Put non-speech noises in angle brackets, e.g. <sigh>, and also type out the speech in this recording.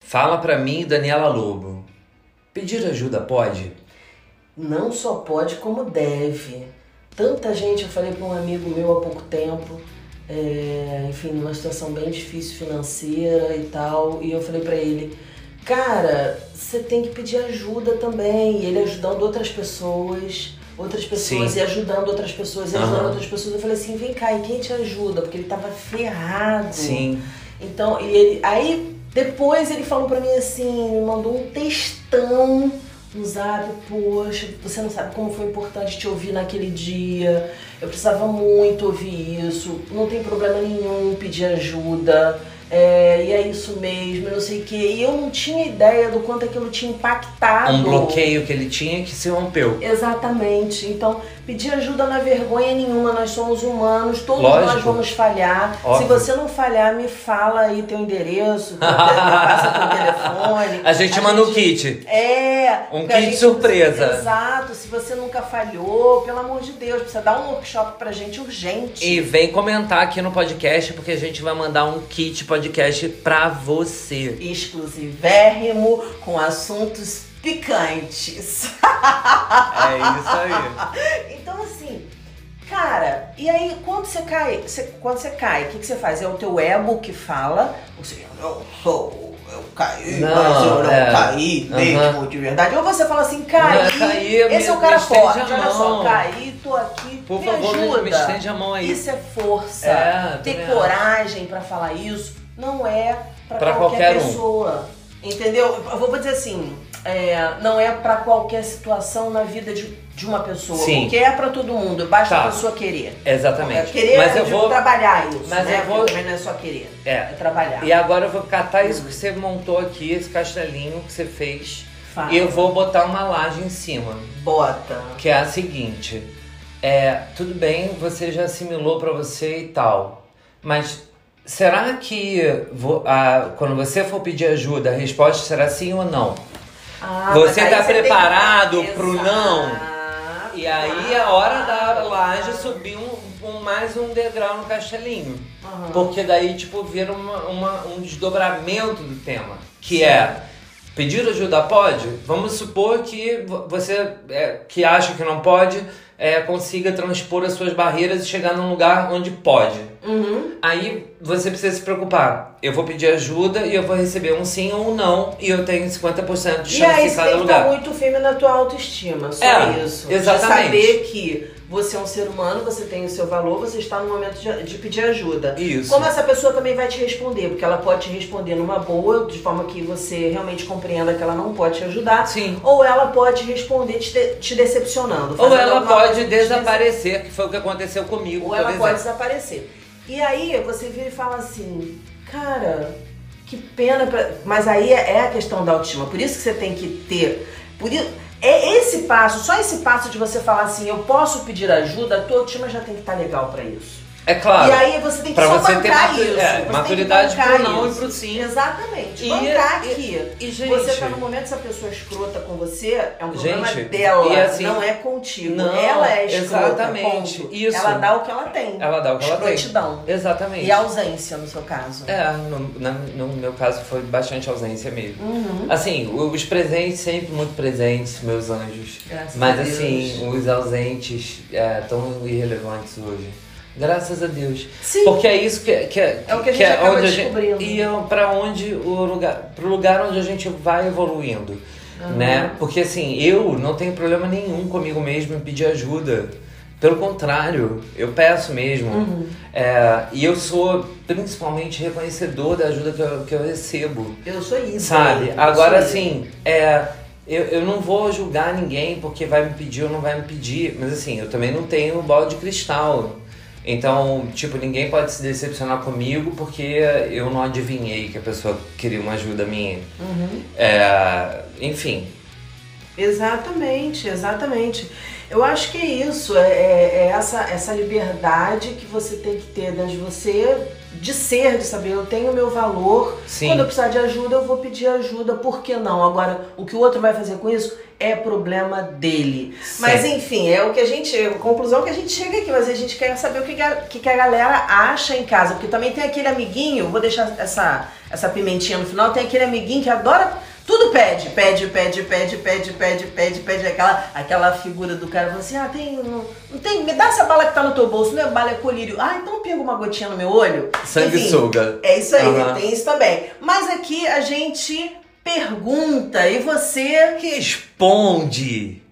Fala pra mim, Daniela Lobo. Pedir ajuda pode? Não só pode, como deve. Tanta gente, eu falei para um amigo meu há pouco tempo, é, enfim, numa situação bem difícil financeira e tal, e eu falei para ele, cara, você tem que pedir ajuda também. E ele ajudando outras pessoas, outras pessoas, Sim. e ajudando outras pessoas, e Aham. ajudando outras pessoas. Eu falei assim, vem cá, e quem te ajuda? Porque ele tava ferrado. Sim. Então, e ele, aí depois ele falou pra mim assim, me mandou um textão no zap, poxa, você não sabe como foi importante te ouvir naquele dia. Eu precisava muito ouvir isso, não tem problema nenhum pedir ajuda. É, e é isso mesmo, eu não sei o quê. E eu não tinha ideia do quanto aquilo tinha impactado. Um bloqueio que ele tinha que se rompeu. Exatamente. Então, pedir ajuda não é vergonha nenhuma, nós somos humanos, todos Lógico. nós vamos falhar. Óbvio. Se você não falhar, me fala aí teu endereço, teu te- passa teu telefone. <laughs> A gente manda um kit. É, Um pra kit surpresa. Exato, se você nunca falhou, pelo amor de Deus, precisa dar um workshop pra gente urgente. E vem comentar aqui no podcast, porque a gente vai mandar um kit podcast pra você. Exclusivérrimo com assuntos picantes. É isso Então assim, cara, e aí quando você cai, você- quando você cai, o que, que você faz? É o teu ego que fala, ou seja, eu sou, eu caí, Não, mas eu não é. caí mesmo de verdade. Ou você fala assim, caí, Não, caí, esse me- é o cara me estende forte, a olha só, mão. caí, tô aqui, Por me favor, me- ajuda. me estende a mão aí. Isso é força, É, ter também acho. coragem pra falar isso, não é pra, Pra qualquer, qualquer um. pessoa, entendeu? Eu vou dizer assim, é, não é pra qualquer situação na vida de, de uma pessoa, Sim. porque é pra todo mundo, basta Tá. a pessoa querer. aí. Exatamente. É, querer Mas eu digo, vou. trabalhar isso, mas né? eu vou- Porque Também não é só querer, é É. trabalhar. E agora eu vou catar isso que você montou aqui, esse castelinho que você fez. Fala. E eu vou botar uma laje em cima. Bota. que é a seguinte: é, tudo bem, você já assimilou pra você e tal, mas será que vo- a- quando você for pedir ajuda, a resposta será sim ou não? Ah, Você mas tá aí tem que- preparado pro não? Exato. Ah, E aí é hora da laje subir um, um- mais um degrau no castelinho. Aham. Porque daí, tipo, vira uma- uma- um desdobramento do tema. Que é pedir ajuda pode? Vamos supor que vo- você é, que acha que não pode, é, consiga transpor as suas barreiras e chegar num lugar onde pode. Uhum. Aí você precisa se preocupar. Eu vou pedir ajuda e eu vou receber um sim ou um não, e eu tenho 50% de E chance aí em você tem cada que estar lugar. muito firme na tua autoestima, só É, isso. exatamente. De saber que você é um ser humano, você tem o seu valor, você está no momento de, de pedir ajuda. Isso. Como essa pessoa também vai te responder, porque ela pode te responder numa boa, de forma que você realmente compreenda que ela não pode te ajudar. Sim. Ou ela pode responder te, de- te decepcionando. Ou fazendo ela alguma coisa pode que te decep- desaparecer, que foi o que aconteceu comigo. Ou por ela exemplo. pode desaparecer. E aí você vira e fala assim, cara, que pena pra... Mas aí é é a questão da autoestima, por isso que você tem que ter. Por isso, é esse passo, só esse passo de você falar assim, eu posso pedir ajuda, a tua autoestima já tem que estar legal pra isso. É claro. e aí você tem que pra só você ter bancar matu- é, isso. você tem que maturidade pro bancar não e isso. pro sim. Exatamente. E- é, bancar e- aqui. E, gente, Você tá no momento se a pessoa é escrota com você, é um problema Gente, dela, e assim- não é contigo. Não, ela é escrota, exatamente, ponto. isso. Ela dá o que ela tem. ela dá o que ela tem. Escrotidão. Exatamente. E ausência, no seu caso. É, no, na- no meu caso foi bastante ausência mesmo. Uhum. Assim, os presentes sempre muito presentes, meus anjos. Graças Mas a Deus. assim, os ausentes é, tão irrelevantes hoje. Graças a Deus. Sim. Porque é isso que, que, É o que a gente acaba onde descobrindo. e é para onde o lugar, pro lugar onde a gente vai evoluindo, Aham. né? Porque assim, eu não tenho problema nenhum comigo mesmo em pedir ajuda. Pelo contrário, eu peço mesmo. Uhum. É, e eu sou principalmente reconhecedor da ajuda que eu, que eu recebo. Eu sou isso. Sabe? eu sou Agora isso. assim, é, eu, eu não vou julgar ninguém porque vai me pedir ou não vai me pedir. Mas assim, eu também não tenho bola de cristal. Então, tipo, ninguém pode se decepcionar comigo porque eu não adivinhei que a pessoa queria uma ajuda minha. Uhum. É, enfim. Exatamente, exatamente. Eu acho que é isso, é, é- é essa, essa liberdade que você tem que ter dentro de você, de ser, de saber, eu tenho o meu valor. Sim. Quando eu precisar de ajuda, eu vou pedir ajuda, por que não? Agora, o que o outro vai fazer com isso é problema dele. Mas Certo. enfim, é o que a gente. A conclusão é que a gente chega aqui, mas a gente quer saber o que, ga- que, que a galera acha em casa. Porque também tem aquele amiguinho, vou deixar essa, essa pimentinha no final, tem aquele amiguinho que adora. Tudo pede, pede, pede, pede, pede, pede, pede, pede. Aquela, aquela figura do cara falando assim: ah, tem. Não, não tem. Me dá essa bala que tá no teu bolso, não é bala, é colírio. Ah, então pega uma gotinha no meu olho. Enfim, Sanguessuga. é isso aí, Aham. tem isso também. Mas aqui a gente pergunta, e você Responde.